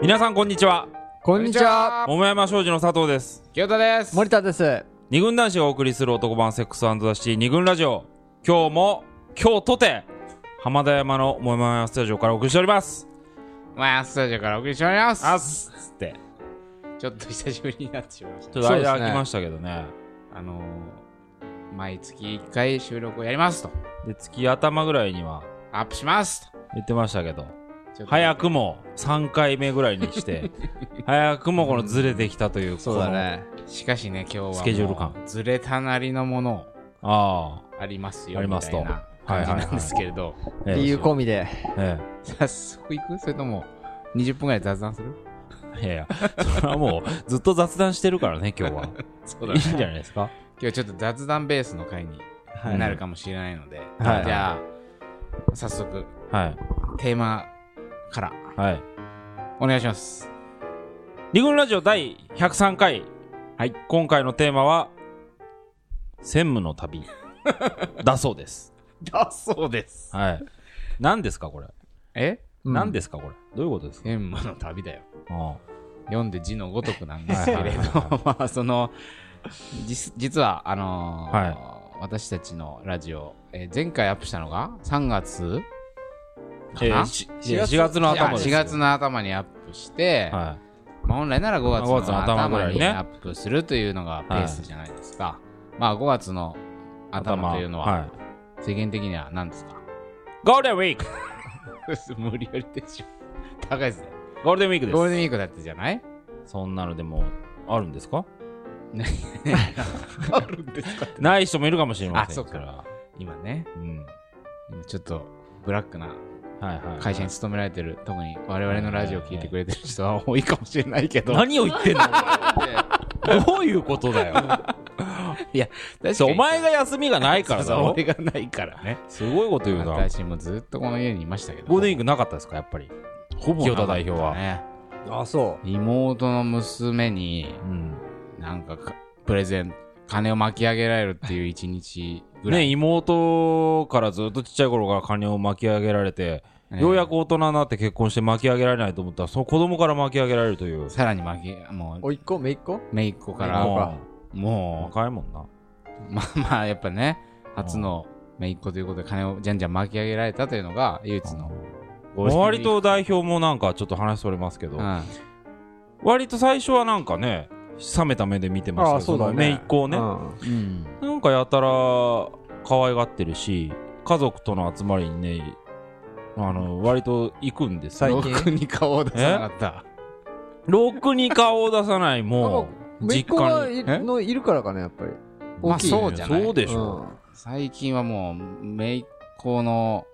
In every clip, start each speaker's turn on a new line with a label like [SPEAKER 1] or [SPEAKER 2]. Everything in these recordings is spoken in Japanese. [SPEAKER 1] 皆さんこんにちは
[SPEAKER 2] こんにちは。
[SPEAKER 1] 桃山商事の佐藤です
[SPEAKER 3] 清田です
[SPEAKER 2] 森田です。
[SPEAKER 1] 二軍男子がお送りする男版セックスザシティ二軍ラジオ今日も今日とて浜田山の桃山スタジオからお送りしております
[SPEAKER 3] まあスタジオからお送りしております
[SPEAKER 1] あっすっつって
[SPEAKER 3] ちょっと久しぶりになってしまいまし
[SPEAKER 1] ち
[SPEAKER 3] た
[SPEAKER 1] ょっ
[SPEAKER 3] ね
[SPEAKER 1] と
[SPEAKER 2] そうですね
[SPEAKER 1] 間空きましたけどね
[SPEAKER 3] あのー、毎月1回収録をやりますと
[SPEAKER 1] で月頭ぐらいには
[SPEAKER 3] アップしますと
[SPEAKER 1] 言ってましたけど
[SPEAKER 3] ちょっと
[SPEAKER 1] 早くも3回目ぐらいにして 早くもこのずれてきたという
[SPEAKER 2] そうだね。
[SPEAKER 3] しかしね今日はもう
[SPEAKER 1] スケジュール感
[SPEAKER 3] ずれたなりのもの
[SPEAKER 1] このあ
[SPEAKER 3] ありますよ
[SPEAKER 1] ありますと
[SPEAKER 3] みたいな感じ
[SPEAKER 1] はいはい
[SPEAKER 3] な
[SPEAKER 1] はい
[SPEAKER 3] んですけれど
[SPEAKER 1] あええ
[SPEAKER 2] 理由込みで。
[SPEAKER 1] え
[SPEAKER 3] 早速いくそれとも20分ぐらい雑談する
[SPEAKER 1] えいやいやそれはもうずっと雑談してるからね今日 は
[SPEAKER 3] そう
[SPEAKER 1] いいんじゃないですか
[SPEAKER 3] 今日ちょっと雑談ベースの回に
[SPEAKER 1] い
[SPEAKER 3] なるかもしれないので、
[SPEAKER 1] はい
[SPEAKER 3] じゃあ早速
[SPEAKER 1] はい
[SPEAKER 3] テーマから
[SPEAKER 1] はい
[SPEAKER 3] お願いします
[SPEAKER 1] 二軍ラジオ第103回。はい。今回のテーマは、専務の 旅。だそうです。
[SPEAKER 3] だそうです
[SPEAKER 1] はい。何ですかこれ。
[SPEAKER 3] え
[SPEAKER 1] 何
[SPEAKER 2] で
[SPEAKER 1] ですかこれ。どういうことですか
[SPEAKER 3] 天馬の旅だよ
[SPEAKER 1] あ
[SPEAKER 3] 読んで字のごとくなんですけ
[SPEAKER 1] はい
[SPEAKER 3] れ
[SPEAKER 1] は
[SPEAKER 3] ど
[SPEAKER 1] いはいは
[SPEAKER 3] まあその実実はあのー
[SPEAKER 1] は
[SPEAKER 3] 私たちのラジオ、えー前回アップしたのが3月
[SPEAKER 1] あえーしいや4月の頭です
[SPEAKER 3] 4
[SPEAKER 1] よ。
[SPEAKER 3] 月の頭にアップして、
[SPEAKER 1] は
[SPEAKER 3] まあ、本来なら5月
[SPEAKER 1] まあ五月の
[SPEAKER 3] の
[SPEAKER 1] 頭ぐ
[SPEAKER 3] 頭
[SPEAKER 1] らい
[SPEAKER 3] に
[SPEAKER 1] ね
[SPEAKER 3] アップするというのがペースじゃないですか、まあ5月の
[SPEAKER 1] い。
[SPEAKER 3] 頭というのは、
[SPEAKER 1] はい。
[SPEAKER 3] 世間的には何ですか
[SPEAKER 1] ゴールデンウィーク
[SPEAKER 3] 無理やりでしょ高いですね
[SPEAKER 1] ゴールデンウィークで
[SPEAKER 3] ゴール
[SPEAKER 1] す。
[SPEAKER 3] デンウィークだったじゃない
[SPEAKER 1] そんなのでも、あるんですか
[SPEAKER 3] あるんですか
[SPEAKER 1] ない人もいるかもしれません
[SPEAKER 3] あそっか
[SPEAKER 1] れは
[SPEAKER 3] 今ね
[SPEAKER 1] うん。
[SPEAKER 3] 今ちょっとブラックな
[SPEAKER 1] はいはい。
[SPEAKER 3] 会社に勤められてる、特に我々のラジオ聞いてくれてる人は多いかもしれないけど、
[SPEAKER 1] 何を言ってんのどういうことだよ。
[SPEAKER 3] 確か
[SPEAKER 1] そ
[SPEAKER 3] に
[SPEAKER 1] うお前が休みがないからだ
[SPEAKER 3] そう
[SPEAKER 1] ろ
[SPEAKER 3] 俺。がないからね。
[SPEAKER 1] すごいこと言うな。
[SPEAKER 3] 私もずっとこの家にいましたけど、
[SPEAKER 1] ゴールデンウィークなかったですか、やっぱり。
[SPEAKER 3] ほぼ
[SPEAKER 1] 清田代表は
[SPEAKER 3] ね
[SPEAKER 2] あ、そ
[SPEAKER 3] 妹の娘に
[SPEAKER 1] うん。
[SPEAKER 3] なんかかプレゼン金を巻き上げられるっていう一日ぐら
[SPEAKER 1] ね、
[SPEAKER 3] い、
[SPEAKER 1] 妹からずっとちっちゃい頃から金を巻き上げられて、
[SPEAKER 3] ね
[SPEAKER 1] ようやく大人になって結婚して巻き上げられないと思ったら、その子供から巻き上げられるという。
[SPEAKER 3] さらに巻きも
[SPEAKER 2] う。おいっ子、めいっ子
[SPEAKER 3] う姪っ子か
[SPEAKER 2] あ
[SPEAKER 3] ら
[SPEAKER 2] 姪っ
[SPEAKER 1] もう、
[SPEAKER 3] も
[SPEAKER 1] 若いもんな。
[SPEAKER 3] うまあ まあやっぱね初の姪っ子ということで金をじゃんじゃん巻き上げられたというのが唯一のゴールデンウィーク
[SPEAKER 1] 割と代表もなんかちょっと話それますけど、
[SPEAKER 3] うん
[SPEAKER 1] 割と最初はなんかね、冷めた目で見てました
[SPEAKER 2] あそうだね
[SPEAKER 1] めいっ子をね、
[SPEAKER 2] うん
[SPEAKER 3] うん
[SPEAKER 1] なんかやたら可愛がってるし、家族との集まりにね、あの、割と行くんです
[SPEAKER 2] 最
[SPEAKER 1] よ
[SPEAKER 2] 近。
[SPEAKER 3] ロックに顔を出さなかった。
[SPEAKER 1] ろくに顔を出さない、もう、
[SPEAKER 2] めいっ
[SPEAKER 1] 実
[SPEAKER 2] 子
[SPEAKER 1] 家
[SPEAKER 2] が
[SPEAKER 1] に。
[SPEAKER 2] い
[SPEAKER 3] え
[SPEAKER 2] のいるからかな、やっぱり。
[SPEAKER 3] ま
[SPEAKER 2] 大
[SPEAKER 3] あ
[SPEAKER 2] きい
[SPEAKER 3] そうじゃない
[SPEAKER 1] そう。でしょ。
[SPEAKER 3] 最近はもう、姪っ子の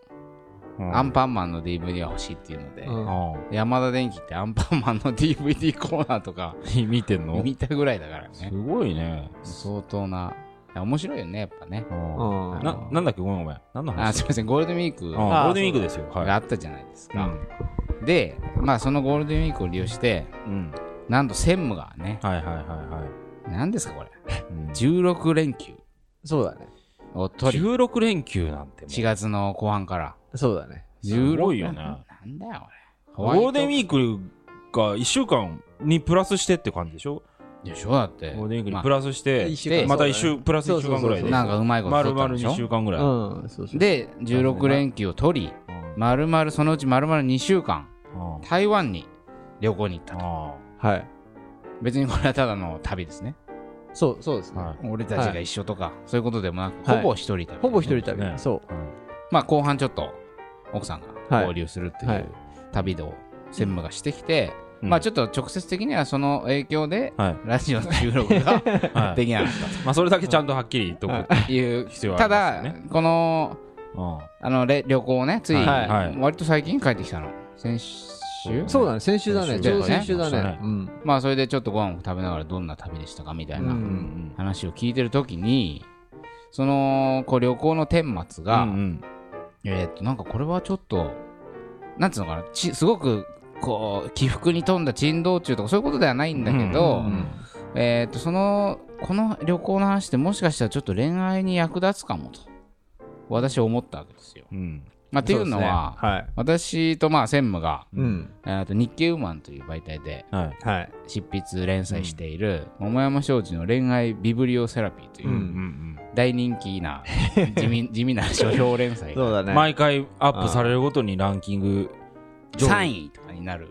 [SPEAKER 1] うん
[SPEAKER 3] アンパンマンの DVD が欲しいっていうので、
[SPEAKER 2] うん
[SPEAKER 1] あ
[SPEAKER 3] 山田電機ってアンパンマンの DVD コーナーとか
[SPEAKER 1] あ見てんの
[SPEAKER 3] 見たぐらいだから
[SPEAKER 1] す
[SPEAKER 3] ね。
[SPEAKER 1] ごいね。
[SPEAKER 3] 相当な。面白いよね、やっぱね。
[SPEAKER 1] うん
[SPEAKER 2] うん。うん
[SPEAKER 1] な、なんだっけごめんごめん。何の
[SPEAKER 3] あ
[SPEAKER 1] 話
[SPEAKER 3] すいません、ゴールデンウィー
[SPEAKER 1] うん
[SPEAKER 3] ク
[SPEAKER 1] ゴ
[SPEAKER 2] あ
[SPEAKER 1] ールデンウィークですよ。
[SPEAKER 3] があ
[SPEAKER 1] は
[SPEAKER 3] ったじゃないです
[SPEAKER 1] い。う
[SPEAKER 3] か。
[SPEAKER 1] ん。
[SPEAKER 3] で、まあそのゴールデンウィークを利用して、
[SPEAKER 1] うん
[SPEAKER 3] なんと専務がね、
[SPEAKER 1] はいはいはいは
[SPEAKER 3] 何ですかこれ、
[SPEAKER 1] いうん。
[SPEAKER 3] 16連休
[SPEAKER 2] そうだね。
[SPEAKER 3] を取り、
[SPEAKER 1] 16連休なんてもう。
[SPEAKER 3] 4月の後半から。
[SPEAKER 2] そうだね。
[SPEAKER 1] すごいよね
[SPEAKER 3] なんだよ、
[SPEAKER 1] ゴ
[SPEAKER 3] 俺。
[SPEAKER 1] ールデンウィークが1週間にプラスしてって感じでしょ
[SPEAKER 3] でしょだって。
[SPEAKER 1] ゴールデンウィーク
[SPEAKER 3] ま
[SPEAKER 1] に
[SPEAKER 3] あ
[SPEAKER 1] プラスして
[SPEAKER 2] 一週間、
[SPEAKER 1] また
[SPEAKER 2] そうだね
[SPEAKER 1] 1週、プラス1週間ぐらい
[SPEAKER 2] そうそうそう
[SPEAKER 1] で。
[SPEAKER 3] なんかうまいこと
[SPEAKER 1] 丸
[SPEAKER 3] 取ったん
[SPEAKER 1] 々
[SPEAKER 3] でし
[SPEAKER 1] 2
[SPEAKER 3] ょ
[SPEAKER 1] 週間ぐらい。うん
[SPEAKER 2] うん、そうそう。
[SPEAKER 3] で、16連休を取り、丸々そのうち丸々2週間、
[SPEAKER 1] うん
[SPEAKER 3] 台湾に旅行に行ったと。
[SPEAKER 1] あ
[SPEAKER 2] はい。
[SPEAKER 3] 別にこれはただの旅ですね。
[SPEAKER 2] そう、そうです
[SPEAKER 1] あは
[SPEAKER 2] ね
[SPEAKER 1] い。
[SPEAKER 3] 俺たちが一緒とか、そういうことでもなく、
[SPEAKER 2] はい
[SPEAKER 3] ほぼ一人旅。
[SPEAKER 2] ほぼ一人
[SPEAKER 1] ね
[SPEAKER 2] 旅。そ
[SPEAKER 3] まあ後半ちょっと奥さんが
[SPEAKER 2] はい
[SPEAKER 3] 合流するって。
[SPEAKER 2] う。はいいう
[SPEAKER 3] 旅を専務がしてきて、
[SPEAKER 1] うん
[SPEAKER 3] まあちょっと直接的にはその影響で、
[SPEAKER 1] はい。
[SPEAKER 3] ラジオの収録
[SPEAKER 1] は
[SPEAKER 3] が
[SPEAKER 1] い
[SPEAKER 3] できなかっ
[SPEAKER 1] まあそれだけちゃんとはっきり言っとく
[SPEAKER 2] はい
[SPEAKER 3] たという。
[SPEAKER 1] 必要はあ
[SPEAKER 3] た
[SPEAKER 1] りますよ
[SPEAKER 3] だ
[SPEAKER 1] ね。、
[SPEAKER 3] この、
[SPEAKER 1] うん
[SPEAKER 3] あの、れ旅行をね、つい、
[SPEAKER 2] はい
[SPEAKER 1] はい
[SPEAKER 3] 割と最近帰ってきたの。先週
[SPEAKER 2] そうだね。先週だね。
[SPEAKER 3] 先週
[SPEAKER 2] ちょうど先週
[SPEAKER 1] だ
[SPEAKER 2] だ
[SPEAKER 1] ね
[SPEAKER 2] ね。うん。
[SPEAKER 3] まあそれでちょっとご飯を食べながらどんな旅でしたかみたい
[SPEAKER 2] うん
[SPEAKER 3] な
[SPEAKER 1] うんうん
[SPEAKER 3] 話を聞いてるときに、そのこう旅行の顛末が、
[SPEAKER 1] うんうん
[SPEAKER 3] えーっとなんかこれはちょっとなんつうのかなちすごくこう起伏に富んだ珍道中とかそういうことではないんだけ
[SPEAKER 1] う
[SPEAKER 3] ど、
[SPEAKER 1] んうんうん
[SPEAKER 3] えーっとそのこの旅行の話ってもしかしたらちょっと恋愛に役立つかもと私は思ったわけですよ。
[SPEAKER 1] うん
[SPEAKER 3] まあ、っていうのは、
[SPEAKER 4] そうですね
[SPEAKER 3] 私とまあ専務が、
[SPEAKER 4] はい。うん。
[SPEAKER 3] えーと日経ウーマンという媒体で
[SPEAKER 1] はい。
[SPEAKER 4] はい。
[SPEAKER 3] 執筆連載している、桃山商事の恋愛ビブリオセラピーというう、
[SPEAKER 1] うん
[SPEAKER 4] ん
[SPEAKER 3] 大人気な地味地味な書評連 載
[SPEAKER 4] そう
[SPEAKER 3] が
[SPEAKER 4] だね。
[SPEAKER 1] 毎回アップされるごとにランキング上
[SPEAKER 3] 3
[SPEAKER 1] 位
[SPEAKER 3] 位とかになる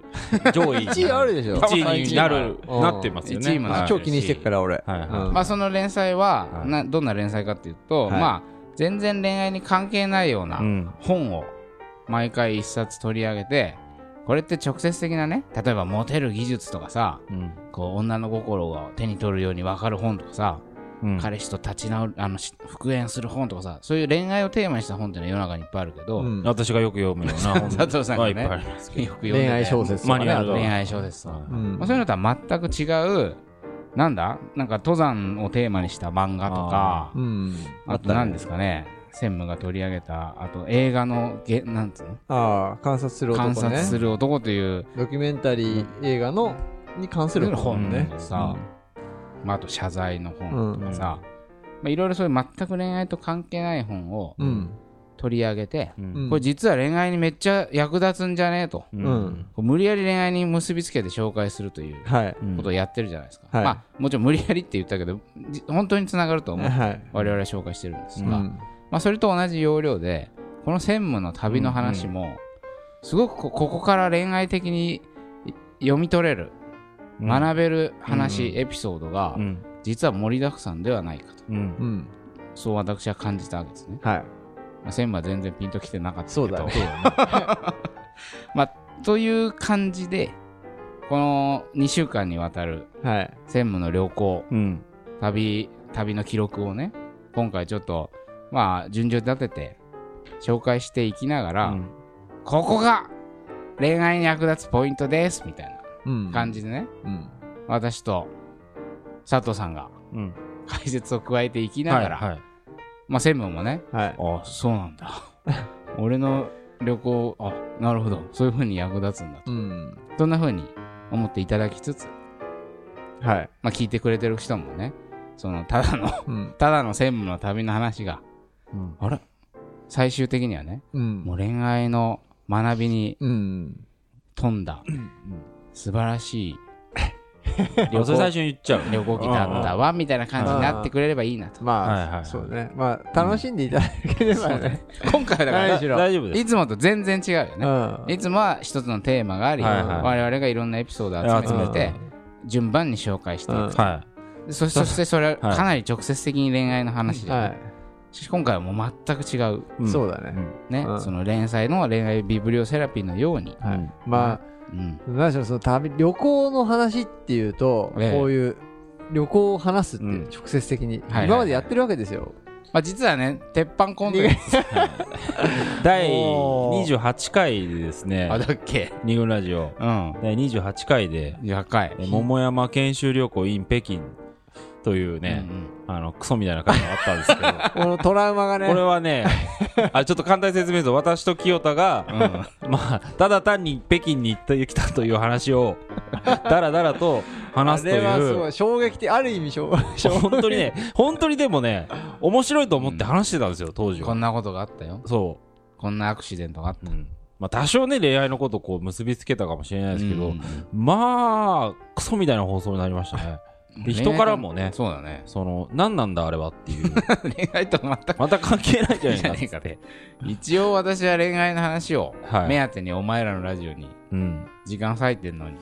[SPEAKER 1] 上位
[SPEAKER 2] 1位あるでしょ
[SPEAKER 1] 1位になる
[SPEAKER 2] うん
[SPEAKER 1] なってますよね
[SPEAKER 3] 一位もな
[SPEAKER 1] は
[SPEAKER 3] る
[SPEAKER 1] い
[SPEAKER 2] 超気にしてっから俺
[SPEAKER 1] はいはい
[SPEAKER 3] まあその連載は、
[SPEAKER 1] はい
[SPEAKER 3] などんな連載かっていうと、
[SPEAKER 4] はい
[SPEAKER 3] まあ全然恋愛に関係ないような
[SPEAKER 1] うん
[SPEAKER 3] 本を毎回一冊取り上げてこれって直接的なね例えばモテる技術とかさ
[SPEAKER 1] うん
[SPEAKER 3] こう女の心を手に取るように分かる本とかさ、
[SPEAKER 1] うん
[SPEAKER 3] 彼氏と立ち直るあのし復縁する本とかさそういう恋愛をテーマにした本っていうのは世の中にいっぱいあるけど、
[SPEAKER 4] うん
[SPEAKER 1] 私がよく読むような
[SPEAKER 3] 佐藤さんが
[SPEAKER 1] はいい
[SPEAKER 3] ね
[SPEAKER 1] っぱいありますけ
[SPEAKER 3] よ
[SPEAKER 1] ど
[SPEAKER 3] く読んで
[SPEAKER 2] 恋
[SPEAKER 3] て
[SPEAKER 2] 愛小説と
[SPEAKER 1] マ
[SPEAKER 2] か
[SPEAKER 1] ニ
[SPEAKER 2] ね
[SPEAKER 1] ュア
[SPEAKER 2] あ
[SPEAKER 1] ル
[SPEAKER 2] と
[SPEAKER 1] が
[SPEAKER 3] 恋愛小説とか、
[SPEAKER 4] う
[SPEAKER 3] まあ、
[SPEAKER 4] ん
[SPEAKER 3] そういうのとは全く違うなんだなんか登山をテーマにした漫画とか
[SPEAKER 4] うん。
[SPEAKER 3] あと何ですかね専務が取り上げたあと映画のげなんつうの
[SPEAKER 2] ああ観察する
[SPEAKER 3] 観
[SPEAKER 2] 男
[SPEAKER 3] 察
[SPEAKER 2] ね
[SPEAKER 3] する男という
[SPEAKER 2] ドキュメンタリー映画のに関する
[SPEAKER 3] 本
[SPEAKER 1] ね
[SPEAKER 3] とかさ、まあ、あと謝罪の本とかさ、
[SPEAKER 1] う
[SPEAKER 3] まあ、いろいろそういう全く恋愛と関係ない本を
[SPEAKER 4] うん。
[SPEAKER 3] 取り上げて、
[SPEAKER 1] うん
[SPEAKER 3] これ実は恋愛にめっちゃ役立つんじゃねえと
[SPEAKER 1] う
[SPEAKER 4] うんん。
[SPEAKER 3] こう無理やり恋愛に結びつけて紹介するという
[SPEAKER 4] はい。
[SPEAKER 1] うん
[SPEAKER 3] ことをやってるじゃないですか、
[SPEAKER 4] はい
[SPEAKER 3] まあ、もちろん無理やりって言ったけどじ本当につながると思う
[SPEAKER 4] はい。
[SPEAKER 3] 我々は紹介してるんです
[SPEAKER 4] う
[SPEAKER 3] が、ま
[SPEAKER 4] ん。
[SPEAKER 3] あ、それと同じ要領でこの専務の旅の話も、すごくこここから恋愛的にい読み取れる、
[SPEAKER 1] うん
[SPEAKER 3] 学べる話、
[SPEAKER 1] う
[SPEAKER 3] エピソードが、
[SPEAKER 1] うん
[SPEAKER 3] 実は盛りだくさんではないかと
[SPEAKER 1] うん
[SPEAKER 4] うん。
[SPEAKER 3] そう私は感じたわけですね、
[SPEAKER 4] はい。
[SPEAKER 3] まあ、専務は全然ピンときてなかったけ
[SPEAKER 2] そ
[SPEAKER 3] ど
[SPEAKER 2] うだね
[SPEAKER 3] まあ、という感じでこの2週間にわたる
[SPEAKER 4] はい。
[SPEAKER 3] 専務の旅行
[SPEAKER 1] うん
[SPEAKER 3] 旅旅の記録をね今回ちょっとまあ順序立てて紹介していきながら、
[SPEAKER 1] うん
[SPEAKER 3] ここが恋愛に役立つポイントですみたい
[SPEAKER 4] うん
[SPEAKER 3] な感。じでね、
[SPEAKER 4] うん。
[SPEAKER 3] 私と佐藤さんが
[SPEAKER 1] うん
[SPEAKER 3] 解説を加えていきながら、
[SPEAKER 1] はいはい
[SPEAKER 3] まあ専務もね
[SPEAKER 4] はい。
[SPEAKER 3] あそうなんだ俺の旅行あなるほどそういうふうに役立つんだと
[SPEAKER 4] うん。
[SPEAKER 3] そんなふうに思っていただきつつ、
[SPEAKER 4] はい。
[SPEAKER 3] まあ、聞いてくれてる人もねそのただの
[SPEAKER 4] うん。
[SPEAKER 3] ただの専務の旅の話が
[SPEAKER 1] うん
[SPEAKER 3] あれ最終的にはね
[SPEAKER 4] うん
[SPEAKER 3] もう恋愛の学びに
[SPEAKER 4] うん。
[SPEAKER 3] 富んだ素晴らしい
[SPEAKER 1] あそれ最初に言っちゃう
[SPEAKER 3] 旅行機だったわみたいな感じになってくれればいいなと
[SPEAKER 1] はいはい
[SPEAKER 2] ま
[SPEAKER 1] は
[SPEAKER 2] あ
[SPEAKER 1] い
[SPEAKER 2] そうねまあ楽しんでいただければね
[SPEAKER 3] 今回はだか
[SPEAKER 2] 何
[SPEAKER 3] ら
[SPEAKER 2] しろ
[SPEAKER 1] 大丈夫です
[SPEAKER 3] いつもと全然違うよ
[SPEAKER 2] う
[SPEAKER 3] ね
[SPEAKER 2] ん
[SPEAKER 3] いつもは一つのテーマがあり、
[SPEAKER 1] はいはい
[SPEAKER 3] 我々がいろんなエピソードを集めてて、順番に紹介していく、
[SPEAKER 4] うん
[SPEAKER 1] は
[SPEAKER 3] そそしてそれは
[SPEAKER 1] はい
[SPEAKER 3] かなり直接的に恋愛の話で、
[SPEAKER 4] は
[SPEAKER 3] しかし今回はもう全く違う、
[SPEAKER 1] い
[SPEAKER 4] い。そううだね。
[SPEAKER 3] ね
[SPEAKER 4] うん
[SPEAKER 3] その連載の恋愛ビブリオセラピーのように、
[SPEAKER 4] は
[SPEAKER 1] う
[SPEAKER 4] い
[SPEAKER 1] ん。
[SPEAKER 2] ま
[SPEAKER 3] うん
[SPEAKER 2] あ何しろその旅旅行の話っていうとこう
[SPEAKER 3] ええ
[SPEAKER 2] いう旅行を話すっていう
[SPEAKER 1] うん
[SPEAKER 2] 直接的に
[SPEAKER 3] はい
[SPEAKER 2] 今までやってるわけですよ
[SPEAKER 3] まあ、実はね鉄板コンテンツ
[SPEAKER 1] 第
[SPEAKER 2] おー
[SPEAKER 1] 28回でですね
[SPEAKER 3] あだっけ
[SPEAKER 1] 二軍ラジオ
[SPEAKER 3] うん
[SPEAKER 1] 第28回で
[SPEAKER 3] やかい
[SPEAKER 1] え桃山研修旅行 in 北京というね、あのクソみたいな感じがあったんですけど
[SPEAKER 2] このトラウマが ね
[SPEAKER 1] これはねあちょっと簡単に説明すると私と清田が、まあただ単に北京に行ってきたという話をだらだらと話すと
[SPEAKER 2] あれはす
[SPEAKER 1] い
[SPEAKER 2] ご
[SPEAKER 1] う
[SPEAKER 2] い衝撃的ある意 味衝撃
[SPEAKER 1] 本当にね本当にでもね面白いと思って話してたんですよ 当時
[SPEAKER 3] こ
[SPEAKER 1] は
[SPEAKER 3] んなことがあったよ
[SPEAKER 1] そ
[SPEAKER 3] こんなアクシデントがあった
[SPEAKER 1] う、うんまあ、多少ね恋愛のことをこう結びつけたかもしれないですけど、
[SPEAKER 3] うん
[SPEAKER 1] まあクソみたいな放送になりましたね で人からもね
[SPEAKER 3] そうだね
[SPEAKER 1] その何なんだあれはっていう
[SPEAKER 3] 恋愛と全く
[SPEAKER 1] また関係ないじゃない
[SPEAKER 3] じゃ
[SPEAKER 1] か
[SPEAKER 3] ねえかって一応私は恋愛の話を
[SPEAKER 1] はい
[SPEAKER 3] 目当てにお前らのラジオに
[SPEAKER 1] うん、
[SPEAKER 3] 時間割いてんのに、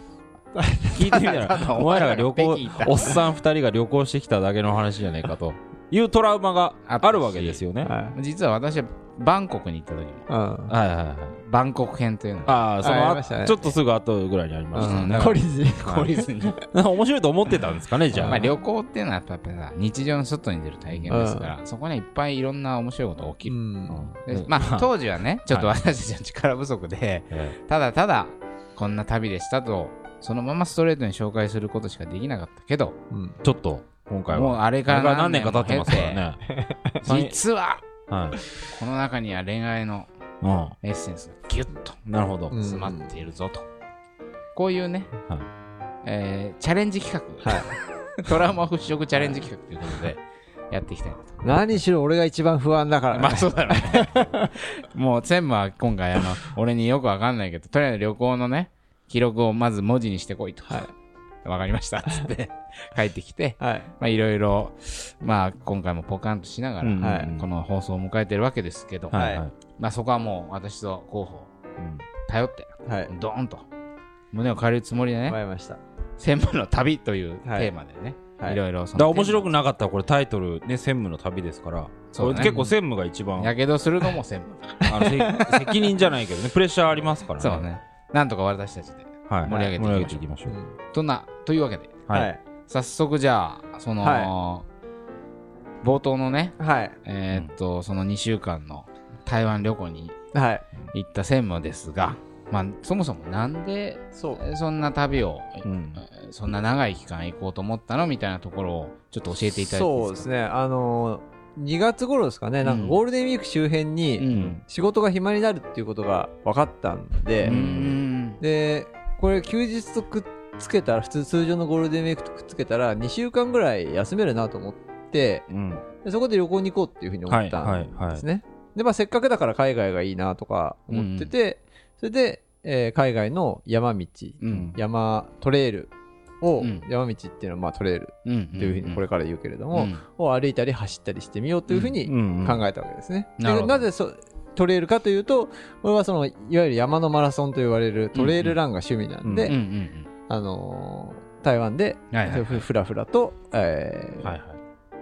[SPEAKER 1] 聞いてみた ら お前らが旅
[SPEAKER 3] 北
[SPEAKER 1] 行
[SPEAKER 3] 京行った
[SPEAKER 1] おっさん2人が旅行してきただけの話じゃねえかというトラウマが
[SPEAKER 3] あったし
[SPEAKER 1] あるわけですよねは
[SPEAKER 4] は
[SPEAKER 3] 実は私はバンコクに行った時も
[SPEAKER 4] い。うん。
[SPEAKER 1] いはいはい
[SPEAKER 3] バンコク編というのが
[SPEAKER 1] ああそ
[SPEAKER 2] あ
[SPEAKER 1] の
[SPEAKER 2] り
[SPEAKER 1] あ
[SPEAKER 2] ましたね
[SPEAKER 1] ちょっとすぐ後ぐらいにありました
[SPEAKER 3] う
[SPEAKER 1] ね
[SPEAKER 3] ん
[SPEAKER 1] なんか
[SPEAKER 2] 懲りずに
[SPEAKER 3] 懲りずに
[SPEAKER 1] 面白いと思ってたんですかねじゃあ、
[SPEAKER 3] まあ旅行っていうのはやっぱやっぱさ日常の外に出る体験ですから、そこにはいっぱいいろんな面白いことが起き
[SPEAKER 4] う
[SPEAKER 3] る、
[SPEAKER 4] ん。
[SPEAKER 1] うん
[SPEAKER 3] でまあ当時はねちょっと
[SPEAKER 1] は
[SPEAKER 3] 私たちの力不足で
[SPEAKER 1] ええ
[SPEAKER 3] ただただこんな旅でしたとそのままストレートに紹介することしかできなかったけど
[SPEAKER 4] うん。
[SPEAKER 1] ちょっと今回は
[SPEAKER 3] もうあれか
[SPEAKER 1] あれから
[SPEAKER 3] ら
[SPEAKER 1] 何年か経ってますから
[SPEAKER 3] も
[SPEAKER 1] ね
[SPEAKER 3] 経て
[SPEAKER 1] はい
[SPEAKER 3] 実は
[SPEAKER 1] はい、
[SPEAKER 3] この中には恋愛の
[SPEAKER 1] う
[SPEAKER 3] エッセンスがギュッと
[SPEAKER 1] ん、なるほど、
[SPEAKER 4] うん
[SPEAKER 3] 詰まっているぞと、こういうね、
[SPEAKER 1] はい
[SPEAKER 3] えーチャレンジ企画、トラウマ払拭チャレンジ企画ということで、やっていきたいなと。
[SPEAKER 2] 何しろ俺が一番不安だからね、
[SPEAKER 3] まあそうだろうね。もう全部は今回あの、俺によくわかんないけど、とりあえず旅行のね、記録をまず文字にしてこいと。わかりました。つって、帰ってきて、
[SPEAKER 4] はい。
[SPEAKER 3] まあいろいろ、まあ今回もポカンとしながら、
[SPEAKER 1] うん
[SPEAKER 4] はい
[SPEAKER 3] この放送を迎えてるわけですけど、
[SPEAKER 1] はい
[SPEAKER 4] は
[SPEAKER 1] はいい。
[SPEAKER 3] まあそこはもう私と候補、頼って、
[SPEAKER 4] はい。
[SPEAKER 3] ドーンと、胸を借りるつもりで
[SPEAKER 4] わか
[SPEAKER 3] ね、
[SPEAKER 4] りました。
[SPEAKER 3] 専務の旅というテ
[SPEAKER 4] はい
[SPEAKER 3] ーマでね、
[SPEAKER 4] はい
[SPEAKER 3] いろいろそ
[SPEAKER 1] だから
[SPEAKER 3] の
[SPEAKER 1] 面白
[SPEAKER 3] く
[SPEAKER 1] くなかったらこれタイトルね専務の旅ですから
[SPEAKER 3] そう
[SPEAKER 1] こ
[SPEAKER 3] だね
[SPEAKER 1] れ結構専務が一番
[SPEAKER 3] やけどするのも専務。
[SPEAKER 1] あのせ 責任じゃないけどねプレッシャーありますからね
[SPEAKER 3] そうね。なんとか私たちで。
[SPEAKER 1] はい、
[SPEAKER 3] 盛り上げていき
[SPEAKER 1] 盛り
[SPEAKER 3] ましょう
[SPEAKER 1] 上げていきましょう
[SPEAKER 3] とな、というわけで、
[SPEAKER 1] はい
[SPEAKER 4] はい。
[SPEAKER 3] 早速じゃあその、
[SPEAKER 4] は
[SPEAKER 3] 冒頭のね
[SPEAKER 4] はい。
[SPEAKER 3] えーっと、その2週間の台湾旅行に
[SPEAKER 4] はい。
[SPEAKER 3] 行った専務ですが、まあ、そもそもなんで
[SPEAKER 4] そう。
[SPEAKER 3] えーそんな旅を、
[SPEAKER 1] うん
[SPEAKER 3] えーそんな長い期間行こうと思ったのみたいなところをちょっと教えていただいてい
[SPEAKER 2] そ
[SPEAKER 3] いですか
[SPEAKER 2] うです
[SPEAKER 3] ね、
[SPEAKER 2] ね。あのー、2月頃ですかね、なん
[SPEAKER 3] う
[SPEAKER 2] か
[SPEAKER 3] ん
[SPEAKER 2] ゴールデンウィーク周辺
[SPEAKER 3] う
[SPEAKER 2] に
[SPEAKER 3] ん
[SPEAKER 2] 仕事が暇になるっていうことが分かったんで、
[SPEAKER 3] うん
[SPEAKER 2] で、これ休日とくっつけたら、普通通常のゴールデンウィークとくっつけたら、2週間ぐらい休めるなと思って、
[SPEAKER 1] うん
[SPEAKER 2] でそこで旅行に行こうっていうふうに思
[SPEAKER 1] は
[SPEAKER 2] っ
[SPEAKER 1] い
[SPEAKER 2] たん
[SPEAKER 1] はいは
[SPEAKER 2] です
[SPEAKER 1] い
[SPEAKER 2] ね。で、まあ、せっかくだから海外がいいなとか思ってて、それで、えー海外の山道、
[SPEAKER 3] うん
[SPEAKER 2] 山トレイルを、
[SPEAKER 3] うん
[SPEAKER 2] 山道っていうのはまあトレイル
[SPEAKER 3] うん
[SPEAKER 2] というふうにこれから言うけれども、
[SPEAKER 3] うん
[SPEAKER 2] を歩いたり走ったりしてみようというふうに
[SPEAKER 1] ん
[SPEAKER 2] 考えたわけですね。
[SPEAKER 3] うん
[SPEAKER 2] で
[SPEAKER 3] なるほど
[SPEAKER 2] なぜそトレイルかというと、俺はそのいわゆる山のマラソンと言われるトレイルランが趣味なんで、
[SPEAKER 1] うん
[SPEAKER 3] うんうん
[SPEAKER 2] あのー台湾で
[SPEAKER 3] うんはいはい
[SPEAKER 2] ふふらふらと、えー
[SPEAKER 1] はいはい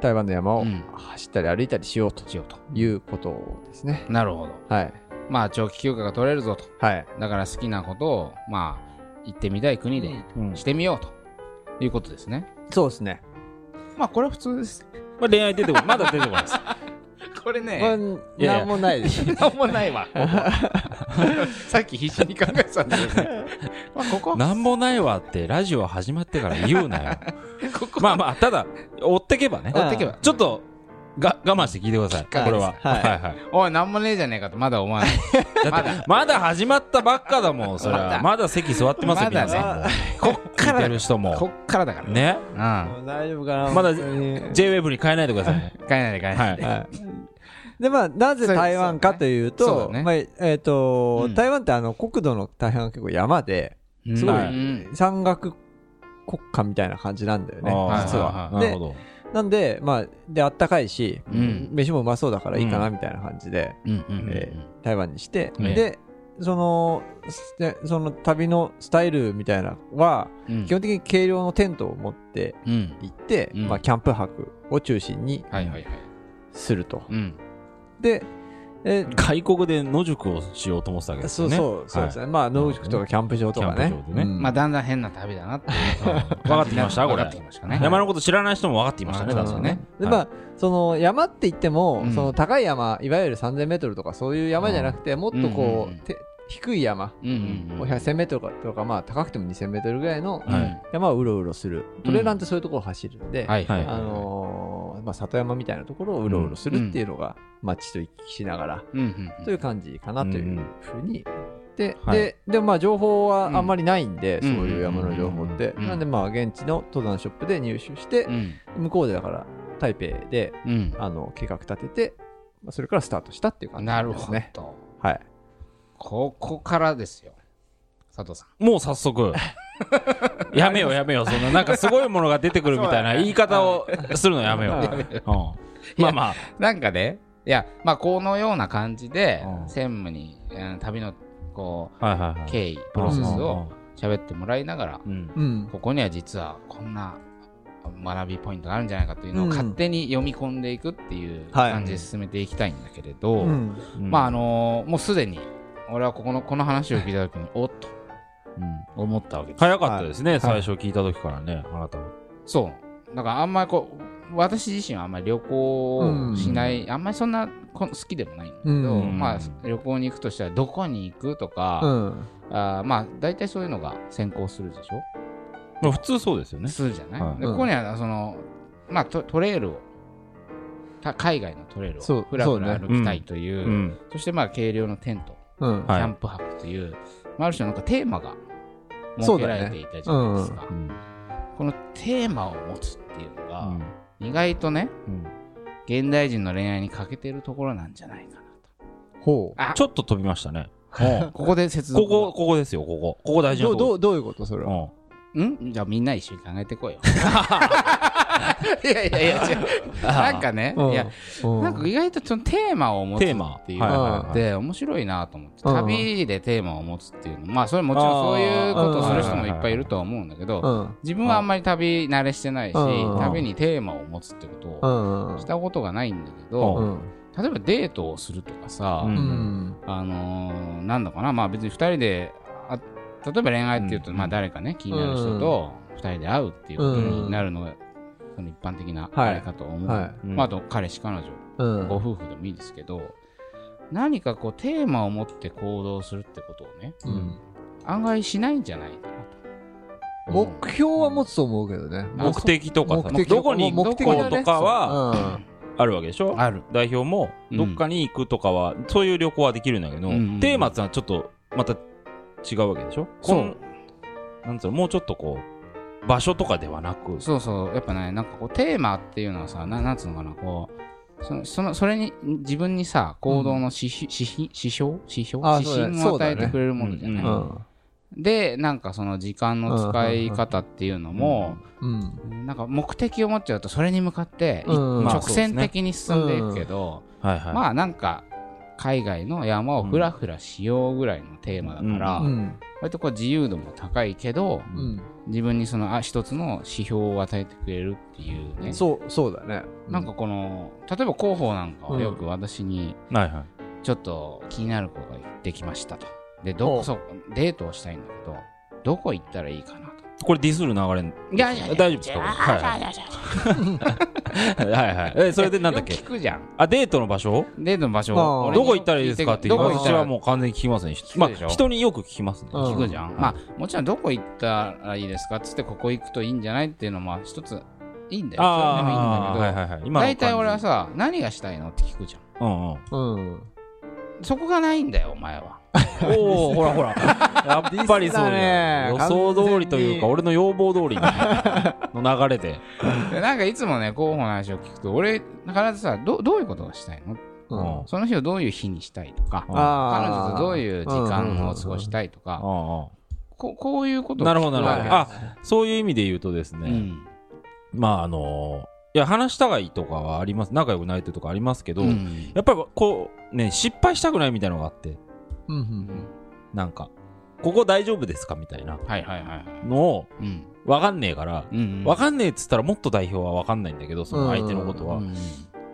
[SPEAKER 2] 台湾の山を
[SPEAKER 3] うん
[SPEAKER 2] 走ったり歩いたりしようと
[SPEAKER 3] しようと
[SPEAKER 2] いうことですね。
[SPEAKER 3] なるほど
[SPEAKER 2] はい。
[SPEAKER 3] まあ長期休暇が取れるぞと
[SPEAKER 2] はい。
[SPEAKER 3] だから好きなことをまあ行ってみたい国で
[SPEAKER 1] うん
[SPEAKER 3] してみようということですね。
[SPEAKER 2] そうですね。
[SPEAKER 3] まあこれは普通です。
[SPEAKER 1] まあ、恋愛出てこないまだ出てこないです
[SPEAKER 3] これね
[SPEAKER 2] まあ、
[SPEAKER 1] いやい
[SPEAKER 2] な
[SPEAKER 1] や
[SPEAKER 2] んもない です。
[SPEAKER 3] なんもないわ。ここさっき必死に考えてたんだよね。 まあここ
[SPEAKER 1] なんもないわってラジオ始まってから言う なよ
[SPEAKER 3] ここ
[SPEAKER 1] まあまあただ追ってけばね
[SPEAKER 3] 追ってけば。
[SPEAKER 1] ちょっとが我慢して聞いてください
[SPEAKER 2] か
[SPEAKER 1] これは、
[SPEAKER 2] は
[SPEAKER 1] は
[SPEAKER 2] い
[SPEAKER 1] いはい
[SPEAKER 3] おいなんもねえじゃねえかとまだ思わない。まだ
[SPEAKER 1] まだ始まったばっかだもん、それ
[SPEAKER 3] ま
[SPEAKER 1] は。
[SPEAKER 3] だ
[SPEAKER 1] まだ席座ってますよ、
[SPEAKER 3] ま
[SPEAKER 1] 皆
[SPEAKER 3] だね
[SPEAKER 1] さんも。
[SPEAKER 3] こっか
[SPEAKER 1] 聞いて
[SPEAKER 3] らだ
[SPEAKER 1] る人
[SPEAKER 3] こ
[SPEAKER 1] も。
[SPEAKER 3] っからだから。
[SPEAKER 1] ね
[SPEAKER 3] うん。
[SPEAKER 2] 大丈夫かな
[SPEAKER 1] まだ
[SPEAKER 2] 本当に
[SPEAKER 1] ?JWAVE に変えないでください ね。
[SPEAKER 3] 変えないで変えないで。
[SPEAKER 2] はい。で、まあ、なぜ台湾かという
[SPEAKER 3] そうそう
[SPEAKER 2] と、
[SPEAKER 3] だね
[SPEAKER 2] まあ、えっ、と、
[SPEAKER 3] うん
[SPEAKER 2] 台湾ってあの、国土の大半が結構山で、
[SPEAKER 3] うん
[SPEAKER 2] すごい
[SPEAKER 3] うん
[SPEAKER 2] 山岳国家みたいな感じなんだよね、
[SPEAKER 1] あー
[SPEAKER 2] 実は。
[SPEAKER 3] は
[SPEAKER 1] なるほど。
[SPEAKER 2] なんで、まあ、で、あったかいし、
[SPEAKER 3] うん
[SPEAKER 2] 飯もうまそうだからいいかな、みたいな感じで、
[SPEAKER 3] うんうんうん
[SPEAKER 2] え台湾にして、
[SPEAKER 3] ええ
[SPEAKER 2] で、その、でその旅のスタイルみたいなのは、
[SPEAKER 3] うん
[SPEAKER 2] 基本的に軽量のテントを持って
[SPEAKER 3] うん。
[SPEAKER 2] 行って、
[SPEAKER 3] うん
[SPEAKER 2] まあ、キャンプ泊を中心に
[SPEAKER 3] はいはいはい。
[SPEAKER 2] すると。
[SPEAKER 3] うん。
[SPEAKER 2] で、えー
[SPEAKER 1] 外国で野宿をしようと思ってたわけです
[SPEAKER 2] そ
[SPEAKER 1] よ
[SPEAKER 2] う
[SPEAKER 1] ね。
[SPEAKER 2] そう、そうです
[SPEAKER 1] ね。
[SPEAKER 2] ね。まあ、農宿とかキャンプ場とかね
[SPEAKER 1] キャン。プ場でね
[SPEAKER 2] うん
[SPEAKER 3] まあだんだん変な旅だなって。
[SPEAKER 1] 分かってきましたこれ
[SPEAKER 3] 分かってきましたね。
[SPEAKER 1] 山のこと知らない人も分かっていましたね、
[SPEAKER 3] わ
[SPEAKER 1] 確
[SPEAKER 3] か
[SPEAKER 1] か
[SPEAKER 3] って
[SPEAKER 1] に
[SPEAKER 3] ました
[SPEAKER 1] ね
[SPEAKER 3] ね。
[SPEAKER 2] で
[SPEAKER 1] はい
[SPEAKER 2] まあ、その山って言っても、
[SPEAKER 3] うん
[SPEAKER 2] その高い山いわゆる3 0 0 0ルとかそういう山じゃなくて、もっとこう、
[SPEAKER 3] うん
[SPEAKER 2] て低い山、
[SPEAKER 3] うんう
[SPEAKER 2] 1
[SPEAKER 3] んうん。
[SPEAKER 2] 0 0 0ルとかとか、まあ、高くても2 0 0 0ルぐらいの
[SPEAKER 3] うん。はい
[SPEAKER 2] 山をうろうろする、トレーラーってそういうところを走るんで、
[SPEAKER 3] はいはい。
[SPEAKER 2] あのーまあ、里山みたいなところをうろうろするっていうのが、街と行き来しながら
[SPEAKER 3] うんうんうん
[SPEAKER 2] という感じかなというふうに。で、
[SPEAKER 1] はい
[SPEAKER 2] で、でもまあ情報はあんまりないんで、
[SPEAKER 3] ん
[SPEAKER 2] そういう山の情報って。
[SPEAKER 3] うん
[SPEAKER 2] なんでまあ現地の登山ショップで入手して
[SPEAKER 3] う、ん
[SPEAKER 2] 向こうでだから台北で
[SPEAKER 3] うん
[SPEAKER 2] あの計画立てて、まあそれからスタートしたっていう感じ
[SPEAKER 3] なる
[SPEAKER 2] です
[SPEAKER 3] ほ
[SPEAKER 2] ね。
[SPEAKER 3] ど。
[SPEAKER 2] はい。
[SPEAKER 3] ここからですよ。佐藤さん。
[SPEAKER 1] もう早 速。やめようやめようそんななんかすごいものが出てくるみたいな言い方をするのやめよ
[SPEAKER 2] は
[SPEAKER 1] ううんまあまあ
[SPEAKER 3] なんかね、いや、まあ、このような感じで
[SPEAKER 1] う、ん
[SPEAKER 3] 専務に、えー旅の、こ
[SPEAKER 1] はいはいは
[SPEAKER 3] う、
[SPEAKER 1] い
[SPEAKER 3] 経緯、プロセスを喋ってもらいながら、
[SPEAKER 1] うん
[SPEAKER 2] うん。
[SPEAKER 3] ここには実はこんな学びポイントがあるんじゃないかというのを
[SPEAKER 2] うん
[SPEAKER 3] 勝手に読み込んでいくっていう
[SPEAKER 2] はい
[SPEAKER 3] 感じで進めていきたいんだけれど、
[SPEAKER 2] うん
[SPEAKER 1] うん
[SPEAKER 3] まあ、あのーもうすでに、俺はここの、この話を聞いたときに、おっと、思ったわけです。
[SPEAKER 1] 早かったですね最初聞いた時からねあなたは
[SPEAKER 3] そう。だからあんまりこう、私自身はあんまり旅行をしない、あんまりそんなこ好きでもないんだけど、
[SPEAKER 2] うん
[SPEAKER 3] まあ旅行に行くとしたらどこに行くと
[SPEAKER 2] う
[SPEAKER 3] か、
[SPEAKER 2] ん。
[SPEAKER 3] あーまあ大体そういうのが先行するでしょ
[SPEAKER 1] まあ普通そうですよね
[SPEAKER 3] するじゃない、
[SPEAKER 1] はい
[SPEAKER 3] で
[SPEAKER 2] うん
[SPEAKER 3] ここにはその、まあトトレイルを、た海外のトレイル
[SPEAKER 2] そ
[SPEAKER 3] を
[SPEAKER 2] う
[SPEAKER 3] ふらふら
[SPEAKER 2] そ
[SPEAKER 3] 歩
[SPEAKER 1] うね
[SPEAKER 3] きたいという、そ
[SPEAKER 1] うん
[SPEAKER 3] してまあ軽量のテント、
[SPEAKER 2] うん。
[SPEAKER 1] はい
[SPEAKER 3] キャンプ泊という、まあ、ある種なんかテーマが設けられていたじゃないですか、
[SPEAKER 1] うん
[SPEAKER 3] このテーマを持つっていうのが、
[SPEAKER 1] うん
[SPEAKER 3] 意外とね、
[SPEAKER 1] うん
[SPEAKER 3] 現代人の恋愛に欠けてるところなんじゃないかな
[SPEAKER 2] ほう。
[SPEAKER 3] あ
[SPEAKER 1] ちょっと飛びましたね。
[SPEAKER 3] と。ここで接
[SPEAKER 1] こ
[SPEAKER 3] 続。
[SPEAKER 1] こ、ここですよ、ここ。ここ大事な
[SPEAKER 2] ど
[SPEAKER 1] と
[SPEAKER 2] う、
[SPEAKER 1] こ
[SPEAKER 2] どう、どういうことそれは。
[SPEAKER 1] うん
[SPEAKER 3] んじゃあみんな一緒に考えてこいよ。いやいやいや、違う。 なんかね、
[SPEAKER 2] うん
[SPEAKER 3] いや、
[SPEAKER 2] うん
[SPEAKER 3] なんか意外とそのテーマを持つ
[SPEAKER 1] テーマ
[SPEAKER 3] っていう
[SPEAKER 1] はい
[SPEAKER 3] の
[SPEAKER 1] はいはい
[SPEAKER 3] で面白いなと思って、
[SPEAKER 2] うん
[SPEAKER 3] 旅でテーマを持つっていうのまあそれもちろんそういうことをする人もいっぱいいるとは思うんだけ
[SPEAKER 2] う
[SPEAKER 3] ど
[SPEAKER 2] ん。
[SPEAKER 3] 自分はあんまり旅慣れしてないし
[SPEAKER 2] うん
[SPEAKER 3] 旅にテーマを持つってこと
[SPEAKER 2] う
[SPEAKER 3] を
[SPEAKER 2] ん。
[SPEAKER 3] したことがないんだけ
[SPEAKER 2] う
[SPEAKER 3] ど
[SPEAKER 2] ん。
[SPEAKER 3] 例えばデートをするとかさ
[SPEAKER 1] う
[SPEAKER 2] うんん。
[SPEAKER 3] あのーなんだかなまあ別に2人であ例えば恋愛っていうと
[SPEAKER 1] うん
[SPEAKER 3] まあ誰かね気になる人と2人で会うっていうことになるのがその一般的なあれかと思う。
[SPEAKER 2] はい。
[SPEAKER 1] うん
[SPEAKER 3] まあ、あと彼氏彼女
[SPEAKER 2] うん
[SPEAKER 3] ご。夫婦でもいいですけど、何かこうテーマを持って行動するってことをね、
[SPEAKER 2] うん
[SPEAKER 3] 案外しないんじゃないかなと。
[SPEAKER 2] 目標は持つと思うけどね。
[SPEAKER 3] あ
[SPEAKER 1] 目的とかさ
[SPEAKER 2] 目的
[SPEAKER 1] どこに行
[SPEAKER 2] 目
[SPEAKER 1] こ
[SPEAKER 2] 的だね
[SPEAKER 1] うとかは
[SPEAKER 2] は、
[SPEAKER 1] あるわけでしょ
[SPEAKER 3] ある。
[SPEAKER 1] 代表もどっかに行くとかは、そういう旅行はできるんだけど、
[SPEAKER 3] うんうんうん
[SPEAKER 1] テーマってのはちょっとまた違うわけでしょ
[SPEAKER 3] そう
[SPEAKER 1] こんなんつうのもうちょっとこう場所とかではなく
[SPEAKER 3] そうそう、やっぱね、なんかこうテーマっていうのはさ、ななんつうのかな、こう、そのそのそれに自分にさ、行動の指標、指標指標
[SPEAKER 2] あ
[SPEAKER 3] 指
[SPEAKER 2] そうだね
[SPEAKER 3] 針を与えてくれるものじゃない。
[SPEAKER 1] そううだね
[SPEAKER 2] ん。うん
[SPEAKER 3] で、なんかその時間の使い方っていうのも、
[SPEAKER 2] うん。
[SPEAKER 3] なんか目的を持っちゃうと、それに向かって、い
[SPEAKER 2] うん
[SPEAKER 3] 直線的に進んでいくけど、
[SPEAKER 1] はいはい、
[SPEAKER 3] まあなんか海外の山をふらふらしようぐらいのテーマだから、
[SPEAKER 1] あ
[SPEAKER 2] うん。
[SPEAKER 3] 割とこう自由度も高いけど
[SPEAKER 2] うん。
[SPEAKER 3] 自分にそのあ一つの指標を与えてくれるっていうね
[SPEAKER 2] そう、そうだね。
[SPEAKER 3] なんかこの例えば広報なんかはよく私に
[SPEAKER 1] はいはい
[SPEAKER 3] ちょっと気になる子が行ってきましたとで
[SPEAKER 2] ほ
[SPEAKER 3] ど
[SPEAKER 2] う
[SPEAKER 3] こそうデートをしたいんだけどどこ行ったらいいかな
[SPEAKER 1] これディスる流れ
[SPEAKER 3] といやいやいや
[SPEAKER 1] 大丈夫ですかはいはいはいはい えそれでなんだっ
[SPEAKER 3] よ
[SPEAKER 1] け
[SPEAKER 3] く聞くじゃん
[SPEAKER 1] あデートの場所
[SPEAKER 3] デートの場所
[SPEAKER 2] あー
[SPEAKER 3] 俺に
[SPEAKER 1] どこ行ったらいいですかっていう
[SPEAKER 3] どこ行っ
[SPEAKER 1] 私
[SPEAKER 3] たら
[SPEAKER 1] はもう完全に聞きますね
[SPEAKER 3] くでしょ
[SPEAKER 1] まあ人によく聞きますね、
[SPEAKER 2] うん
[SPEAKER 3] 聞くじゃん、まあもちろんどこ行ったらいいですかっつってここ行くといいんじゃないっていうのもまあ一ついいんだよそれでもいい
[SPEAKER 1] あ
[SPEAKER 3] んだけ
[SPEAKER 1] あ
[SPEAKER 3] ど、
[SPEAKER 1] はいはいはい今の
[SPEAKER 3] 大体俺は
[SPEAKER 1] 感
[SPEAKER 3] さ何がしたいのって聞くじゃん
[SPEAKER 1] じうんうん
[SPEAKER 2] うん。
[SPEAKER 3] そこがないんだよお前は
[SPEAKER 1] おおほらほらやっぱりそうだ
[SPEAKER 2] ディ
[SPEAKER 1] よ予
[SPEAKER 2] スだね
[SPEAKER 1] 想通りというか俺の要望通りにの流れで
[SPEAKER 3] でなんかいつもね候補の話を聞くと俺必ずさどどういうことがしたいの
[SPEAKER 1] うん
[SPEAKER 3] その日をどういう日にしたいとか彼
[SPEAKER 2] あ
[SPEAKER 3] 女とどういう時間を過ごしたいとか、
[SPEAKER 1] うんうん
[SPEAKER 3] ここういうことを
[SPEAKER 1] なるほどなるほど、
[SPEAKER 3] はい
[SPEAKER 1] あそういう意味で言うとです
[SPEAKER 3] う
[SPEAKER 1] ね、
[SPEAKER 3] ん
[SPEAKER 1] まああのいや話したがいいとかはあります仲良くないというとかありますけど、
[SPEAKER 3] うん
[SPEAKER 1] やっぱりこうね失敗したくないみたいなのがあって
[SPEAKER 2] うんう
[SPEAKER 3] うんん
[SPEAKER 1] なんかここ大丈夫ですかみたいな
[SPEAKER 3] はいはいはいはい
[SPEAKER 1] のを
[SPEAKER 3] うん
[SPEAKER 1] 分かんねえから、
[SPEAKER 3] うん
[SPEAKER 1] 分かんねえっつったらもっと代表は分かんないんだけどその相手のことは、
[SPEAKER 3] うん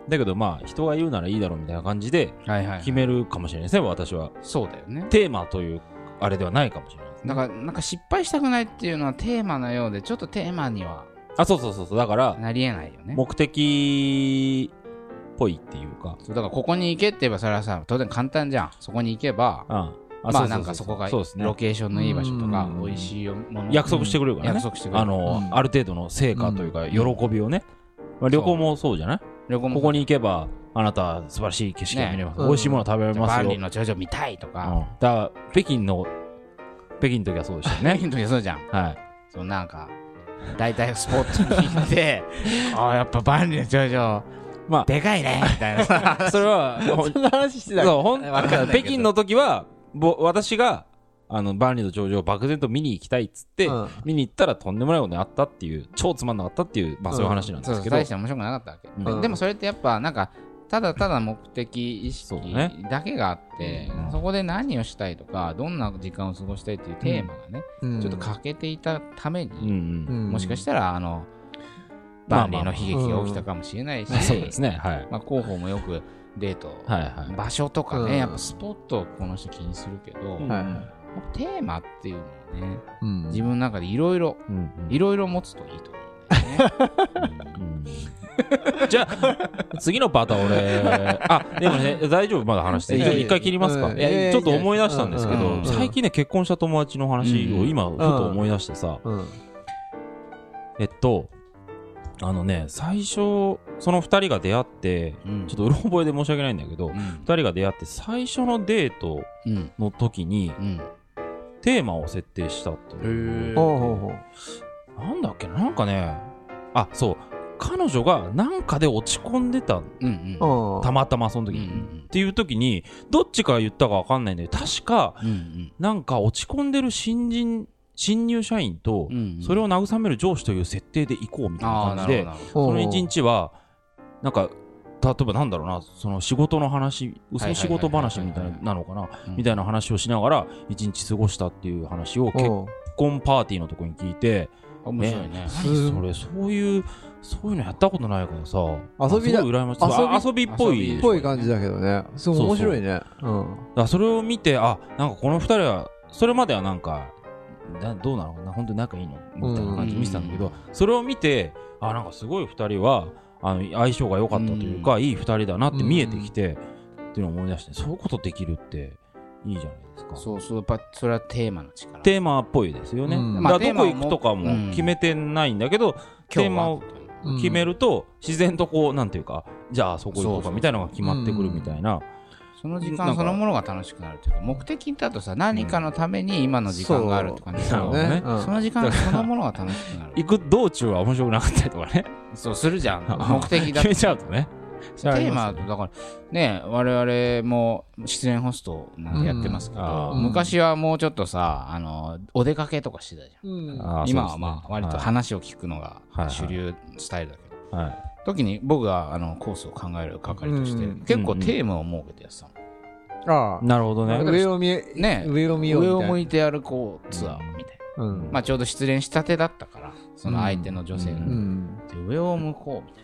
[SPEAKER 1] だけどまあ人が言うならいいだろうみたいな感じで
[SPEAKER 3] はいはい
[SPEAKER 1] 決めるかもしれないですね私は
[SPEAKER 3] そうだよね
[SPEAKER 1] テーマというあれではないかもしれないですね
[SPEAKER 3] だからなんか失敗したくないっていうのはテーマのようでちょっとテーマには
[SPEAKER 1] あそうそうそうそうだから
[SPEAKER 3] なりえないよね
[SPEAKER 1] 目的っぽいっていうか
[SPEAKER 3] そうだからここに行けって言えばそれはさ当然簡単じゃんそこに行けば
[SPEAKER 1] ああ
[SPEAKER 3] まあなんかそこが
[SPEAKER 1] そうですね
[SPEAKER 3] ロケーションのいい場所とか
[SPEAKER 2] うん
[SPEAKER 3] 美味しいもの
[SPEAKER 1] 約束してくれるからね
[SPEAKER 3] 約束してくれる
[SPEAKER 1] あの、
[SPEAKER 2] うん
[SPEAKER 1] ある程度の成果というか、
[SPEAKER 3] ん
[SPEAKER 1] 喜びをね、まあ、旅行もそうじゃない
[SPEAKER 3] 旅行も
[SPEAKER 1] ここに行けば、あなた素晴らしい景色が見れます。
[SPEAKER 2] ね
[SPEAKER 1] 美味しいもの食べられます
[SPEAKER 3] バン
[SPEAKER 1] よ。
[SPEAKER 3] リーの頂上見たいと
[SPEAKER 1] うん
[SPEAKER 3] か
[SPEAKER 1] だから、北京の、北京の時はそうでしたよ
[SPEAKER 3] ね
[SPEAKER 1] ね。
[SPEAKER 3] ヒント そうじゃん
[SPEAKER 1] はい。
[SPEAKER 3] そのなんか大体スポットに行って あやっぱバンリーの頂上
[SPEAKER 1] ま
[SPEAKER 3] でかいねみたいなさ
[SPEAKER 1] あ、それは、ほん
[SPEAKER 2] そんな話してた
[SPEAKER 1] そうほん
[SPEAKER 3] わかんないけど
[SPEAKER 1] 北京の時は、ぼ私が、あの、万里の頂上を漠然と見に行きたいっつって、
[SPEAKER 2] うん
[SPEAKER 1] 見に行ったらとんでもないことにあったっていう、超つまんなかったっていう、まあそういう話なんで
[SPEAKER 3] そう
[SPEAKER 1] す
[SPEAKER 3] そう
[SPEAKER 1] けど、
[SPEAKER 3] 大して面白くなかったわけ
[SPEAKER 1] うん
[SPEAKER 3] ででもそれってやっぱなんかただただ目的意
[SPEAKER 1] そう
[SPEAKER 3] 識
[SPEAKER 1] だ
[SPEAKER 3] だけがあって
[SPEAKER 1] うん
[SPEAKER 3] そこで何をしたいとかどんな時間を過ごしたいっていうテーマがね、
[SPEAKER 2] うん
[SPEAKER 3] ちょっと欠けていたため
[SPEAKER 1] うんう
[SPEAKER 3] に、
[SPEAKER 1] ん。
[SPEAKER 2] うん
[SPEAKER 3] もしかしたらあの
[SPEAKER 1] ま
[SPEAKER 3] 万
[SPEAKER 1] あまあま
[SPEAKER 3] 里の
[SPEAKER 1] あ
[SPEAKER 3] 悲劇が起きたかもしれないし、
[SPEAKER 1] そうですね、はい。
[SPEAKER 3] まあ、広報もよくデート、
[SPEAKER 1] はいはい。
[SPEAKER 3] 場所とかね、
[SPEAKER 2] うん
[SPEAKER 3] やっぱスポットをこの人気にするけど、
[SPEAKER 1] うん
[SPEAKER 3] やっ
[SPEAKER 2] はいはい
[SPEAKER 3] ぱテーマっていうのをね
[SPEAKER 2] うん
[SPEAKER 3] 自分の中でいろいろ
[SPEAKER 1] うんうん
[SPEAKER 3] いろいろ持つといいと思うんだよね。
[SPEAKER 1] じゃあ、次のパターン俺、あ、でもね、大丈夫、まだ話して。
[SPEAKER 2] いやいやいや
[SPEAKER 1] 一回切りますか。
[SPEAKER 2] うん
[SPEAKER 1] いや
[SPEAKER 2] いやいや
[SPEAKER 1] ちょっと思い出したんですけ
[SPEAKER 3] うんうんう
[SPEAKER 1] ど、
[SPEAKER 3] ん
[SPEAKER 1] 最近ね、結婚した友達の話を今、ふと思い出してさ、
[SPEAKER 2] うん
[SPEAKER 1] えっと、あのね、最初、その二人が出会って、
[SPEAKER 3] うん
[SPEAKER 1] ちょっとうろ覚えで申し訳ないんだけど、
[SPEAKER 3] う
[SPEAKER 1] 二
[SPEAKER 3] ん
[SPEAKER 1] 人が出会って最初のデート
[SPEAKER 3] うん
[SPEAKER 1] の時に
[SPEAKER 3] うん
[SPEAKER 1] テーマを設定したっていう
[SPEAKER 3] へー
[SPEAKER 2] ほうほうほう
[SPEAKER 1] なんだっけななんかね、あ、そう、彼女がなんかで落ち込んでた
[SPEAKER 3] うんうん
[SPEAKER 2] うん
[SPEAKER 1] たまたまその時、
[SPEAKER 3] うんう
[SPEAKER 1] っ
[SPEAKER 3] ん
[SPEAKER 1] ていう時にどっちから言ったかわかんないんだけど確か
[SPEAKER 3] うん
[SPEAKER 1] なんか落ち込んでる新人新入社員と
[SPEAKER 3] うんうん
[SPEAKER 1] それを慰める上司という設定で行こうみたいな
[SPEAKER 3] ああ
[SPEAKER 1] 感
[SPEAKER 3] な
[SPEAKER 1] じで
[SPEAKER 3] るほどなるほど
[SPEAKER 1] その一日はなんか例えばなんだろうなその仕事の話嘘仕事話みたいなのかな
[SPEAKER 3] うん
[SPEAKER 1] みたいな話をしながら一日過ごしたっていう話を結
[SPEAKER 2] うん
[SPEAKER 1] 婚パーティーのとこに聞いて
[SPEAKER 3] 面白いね
[SPEAKER 1] 何それそういうそういうのやったことないからさ
[SPEAKER 2] 遊びだ
[SPEAKER 1] すごい羨ましいそう遊びっぽい
[SPEAKER 3] 遊び
[SPEAKER 2] っぽい感じだけどねすごい面白いねうん
[SPEAKER 1] だからそれを見てあなんかこの二人はそれまではなんかなどうなのかな本当に仲いいのみたいな感じで見てたんだけど、
[SPEAKER 3] うん
[SPEAKER 1] それを見てあなんかすごい二人はあの相性が良かったというか、いい二人だなって見えてきて、っていうのを思い出してそういうことできるっていいじゃないですか。
[SPEAKER 3] そうそうやっぱそれはテーマの力
[SPEAKER 1] テーマっぽいですよね。
[SPEAKER 2] うん
[SPEAKER 1] だからど
[SPEAKER 3] まあ
[SPEAKER 1] こ行くとか
[SPEAKER 3] テーマも
[SPEAKER 1] も決めてないんだけど、
[SPEAKER 3] 今
[SPEAKER 1] テ
[SPEAKER 3] 日
[SPEAKER 1] ーマを
[SPEAKER 3] は
[SPEAKER 2] うん
[SPEAKER 1] 決めると自然とこうなんていうかじゃあそこ行こうかみたいなのが決まってくるみたいな。
[SPEAKER 3] その時
[SPEAKER 1] なんか
[SPEAKER 3] 間そのものが楽しくなるというか目的だとさ何かのために今の時間があるって感じだ
[SPEAKER 1] そ
[SPEAKER 3] よ
[SPEAKER 1] う
[SPEAKER 3] ね
[SPEAKER 1] なる
[SPEAKER 2] う
[SPEAKER 3] その時間そのものが楽しくなる
[SPEAKER 1] 行く道中は面白くなかったりとかね
[SPEAKER 3] そうするじゃん 目的だ
[SPEAKER 1] 決めちゃうとね。
[SPEAKER 3] テーマだとだからね我々も出演ホストなんてやってますけ
[SPEAKER 1] うんあ
[SPEAKER 3] ど
[SPEAKER 1] ー
[SPEAKER 3] 昔はもうちょっとさあのお出かけとかしてたじゃん
[SPEAKER 2] うん
[SPEAKER 1] あー
[SPEAKER 3] 今
[SPEAKER 1] そうです
[SPEAKER 3] は
[SPEAKER 1] ね
[SPEAKER 3] まあ割と
[SPEAKER 1] はい
[SPEAKER 3] 話を聞くのが
[SPEAKER 1] はい
[SPEAKER 3] 主流スタイルだけど、
[SPEAKER 1] はい
[SPEAKER 3] 時に僕があのコースを考える係として、
[SPEAKER 2] うん
[SPEAKER 3] 結構テーマを設けてやってたの、
[SPEAKER 2] あ
[SPEAKER 1] なるほど
[SPEAKER 2] あ
[SPEAKER 1] ね。
[SPEAKER 2] 上を見え
[SPEAKER 3] ね
[SPEAKER 2] 上を見ようみた
[SPEAKER 3] 上
[SPEAKER 2] い
[SPEAKER 3] を
[SPEAKER 2] な
[SPEAKER 3] 向いて歩こうツアーみたいな、
[SPEAKER 2] うん
[SPEAKER 3] まあ、ちょうど失恋したてだったからその相手の女性が、
[SPEAKER 1] う
[SPEAKER 2] うん
[SPEAKER 3] で上を向こうみ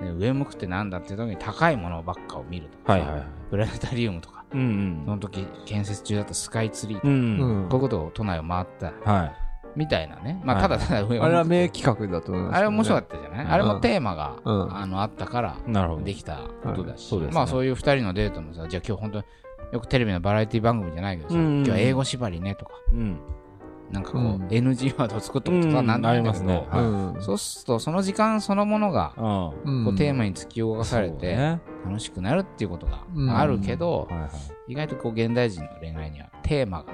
[SPEAKER 3] たいな、で上向くってなんだって時に高いものばっかを見るとか
[SPEAKER 1] は
[SPEAKER 3] さ、
[SPEAKER 1] いはい。
[SPEAKER 3] プラネタリウムとか
[SPEAKER 1] うん
[SPEAKER 3] その時建設中だったスカイツリーと
[SPEAKER 1] う
[SPEAKER 3] か、
[SPEAKER 1] ん。う。
[SPEAKER 2] うんん
[SPEAKER 3] こういうことを都内を回った
[SPEAKER 1] は
[SPEAKER 3] みたいなね、ま
[SPEAKER 1] は
[SPEAKER 3] あ、た
[SPEAKER 1] い
[SPEAKER 3] だただ上を向く
[SPEAKER 2] あれは名企画だと思います
[SPEAKER 3] あれ面白か
[SPEAKER 2] っ
[SPEAKER 3] ったじゃない、
[SPEAKER 1] うん
[SPEAKER 3] あれもテーマが、
[SPEAKER 2] うん
[SPEAKER 3] あのあったから
[SPEAKER 1] い。なるほど。
[SPEAKER 3] できたことだし、
[SPEAKER 1] はいそうですね
[SPEAKER 3] まあそういう2人のデートもさじゃあ今日本当によくテレビのバラエティ番組じゃないけどさ、
[SPEAKER 1] うんうん
[SPEAKER 3] 今日は英語縛りねとか
[SPEAKER 1] うん。
[SPEAKER 3] なんかこう、
[SPEAKER 2] うん
[SPEAKER 3] NG ワードを作ったこと
[SPEAKER 1] う
[SPEAKER 3] か
[SPEAKER 1] ん
[SPEAKER 3] なんと
[SPEAKER 1] あ
[SPEAKER 3] な
[SPEAKER 1] り
[SPEAKER 3] いんだ
[SPEAKER 1] ま
[SPEAKER 3] け
[SPEAKER 1] す
[SPEAKER 3] ど、
[SPEAKER 1] ね
[SPEAKER 2] う
[SPEAKER 1] はい
[SPEAKER 2] ん
[SPEAKER 3] そうするとその時間そのものが、
[SPEAKER 1] うん。
[SPEAKER 3] こうテーマ
[SPEAKER 2] に
[SPEAKER 3] に突き動かされて、楽しくなるっていうことが
[SPEAKER 2] うん
[SPEAKER 3] あるけど、
[SPEAKER 1] はいはい。
[SPEAKER 3] 意外とこう現代人の恋愛にはテーマが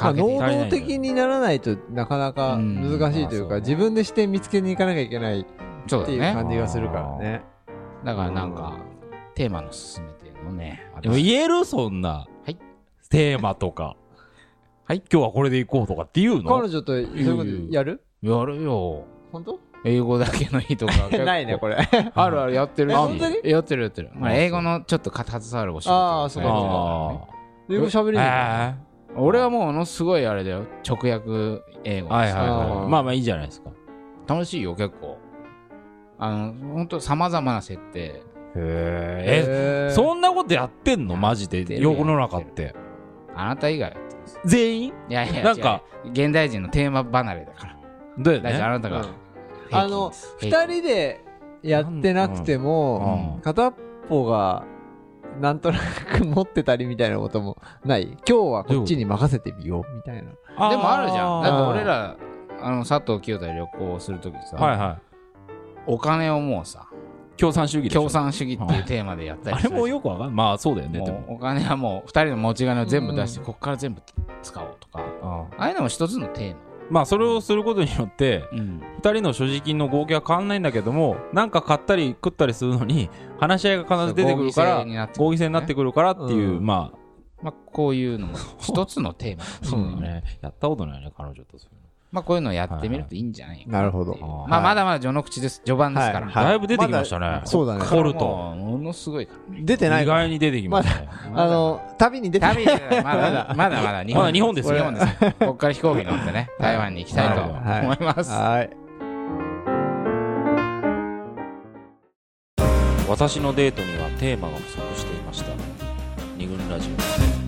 [SPEAKER 2] まあ、
[SPEAKER 3] 欠けて
[SPEAKER 2] 能
[SPEAKER 3] いる
[SPEAKER 1] か
[SPEAKER 2] 動的にならないとなかなか難しいというか、
[SPEAKER 3] うん
[SPEAKER 2] 自分で視点見つけに行かなきゃいけないっ
[SPEAKER 3] そうだ
[SPEAKER 2] ていう
[SPEAKER 3] ね
[SPEAKER 2] 感じがするからね。
[SPEAKER 3] だからなんかテーマの進めてるのね
[SPEAKER 1] でも言えるそんな。
[SPEAKER 3] はい。
[SPEAKER 1] テーマとか。はい。今日はこれで行こうとかっていうの
[SPEAKER 2] 彼女とそういうことやる
[SPEAKER 3] やるよ
[SPEAKER 2] 本当
[SPEAKER 3] 英語だけの日とか結構
[SPEAKER 2] ないね、これ。
[SPEAKER 3] あるあるやってるし
[SPEAKER 2] え本当に
[SPEAKER 3] やってるやってる、まあ、
[SPEAKER 1] あそう
[SPEAKER 3] 英語のちょっと携わるお仕事
[SPEAKER 2] あーそうか
[SPEAKER 1] あ
[SPEAKER 2] 英語喋れ
[SPEAKER 1] あ。
[SPEAKER 2] ない。
[SPEAKER 1] え
[SPEAKER 3] 俺はもうものすごいあれだよ直訳英
[SPEAKER 1] え。
[SPEAKER 3] 語
[SPEAKER 1] はいはい
[SPEAKER 2] あ
[SPEAKER 1] は
[SPEAKER 2] ー
[SPEAKER 1] い。まあまあいいじゃないですか。
[SPEAKER 3] 楽しいよ結構あの本当さまざまな設定
[SPEAKER 1] へえ。
[SPEAKER 2] え
[SPEAKER 1] そんなことやってんのマジで
[SPEAKER 3] やって。る
[SPEAKER 1] 世の中って。
[SPEAKER 3] あなた以外はやってます
[SPEAKER 1] 全員
[SPEAKER 3] いやいや
[SPEAKER 1] なんか
[SPEAKER 3] 違う現代人のテーマ離れだから
[SPEAKER 1] だよ
[SPEAKER 3] 大丈夫
[SPEAKER 1] ね。
[SPEAKER 3] あなたが
[SPEAKER 2] うん
[SPEAKER 3] 平均
[SPEAKER 2] あの
[SPEAKER 3] 平均
[SPEAKER 2] 二人でやってなくても、
[SPEAKER 1] うん
[SPEAKER 2] 片っぽがなんとなく持ってたりみたいなこともない今日はこっちに任せてみようみたいな。
[SPEAKER 3] でもあるじゃん
[SPEAKER 1] ー
[SPEAKER 3] だって俺らあの佐藤清太で旅行するときさ、
[SPEAKER 1] はいはい。
[SPEAKER 3] お金をもうさ
[SPEAKER 1] 共産主義でしょ
[SPEAKER 3] 共産主義っていうテーマでやったり
[SPEAKER 1] あ
[SPEAKER 3] す
[SPEAKER 1] れ
[SPEAKER 3] るじゃん
[SPEAKER 1] もよくわかんない。まあそうだよね。で
[SPEAKER 3] も
[SPEAKER 1] も。
[SPEAKER 3] うお金はもう2人の持ち金を全部出して、
[SPEAKER 2] う
[SPEAKER 3] こっから全部使おうとか
[SPEAKER 1] あー
[SPEAKER 3] ああいうのも一つのテーマ、
[SPEAKER 1] まあそれをすることによって、2人の所持金の合計は変わんないんだけどもなんか買ったり食ったりするのに話し合いが必ず出てくるから
[SPEAKER 3] 合議制になってくる
[SPEAKER 1] 合議制になってくるからっていう、
[SPEAKER 2] うん
[SPEAKER 1] まあ
[SPEAKER 3] まあ、こういうのも一つのテーマかもしれ
[SPEAKER 1] そう
[SPEAKER 3] ない
[SPEAKER 1] だね、やったことないね彼女とそういう
[SPEAKER 3] まあこういうのをやってみるといいんじゃないか
[SPEAKER 2] なるほど
[SPEAKER 3] っていう
[SPEAKER 1] はい
[SPEAKER 3] まあまだまだ序の口です序盤ですから、
[SPEAKER 2] はい
[SPEAKER 1] のだいぶ出てきましたね、
[SPEAKER 2] そうだね。
[SPEAKER 1] 掘ると
[SPEAKER 3] もうものすごいから
[SPEAKER 2] 出てない
[SPEAKER 1] 意外に出てきましたね、
[SPEAKER 2] あの、旅に出てない。
[SPEAKER 3] 旅まだ まだまだまだ日本
[SPEAKER 1] まだ日本ですよ
[SPEAKER 3] 日本ですここから飛行機乗ってね台湾に行きたいと
[SPEAKER 2] はい
[SPEAKER 3] 思います、
[SPEAKER 2] はい。
[SPEAKER 1] 私のデートにはテーマが不足していました二軍ラジオ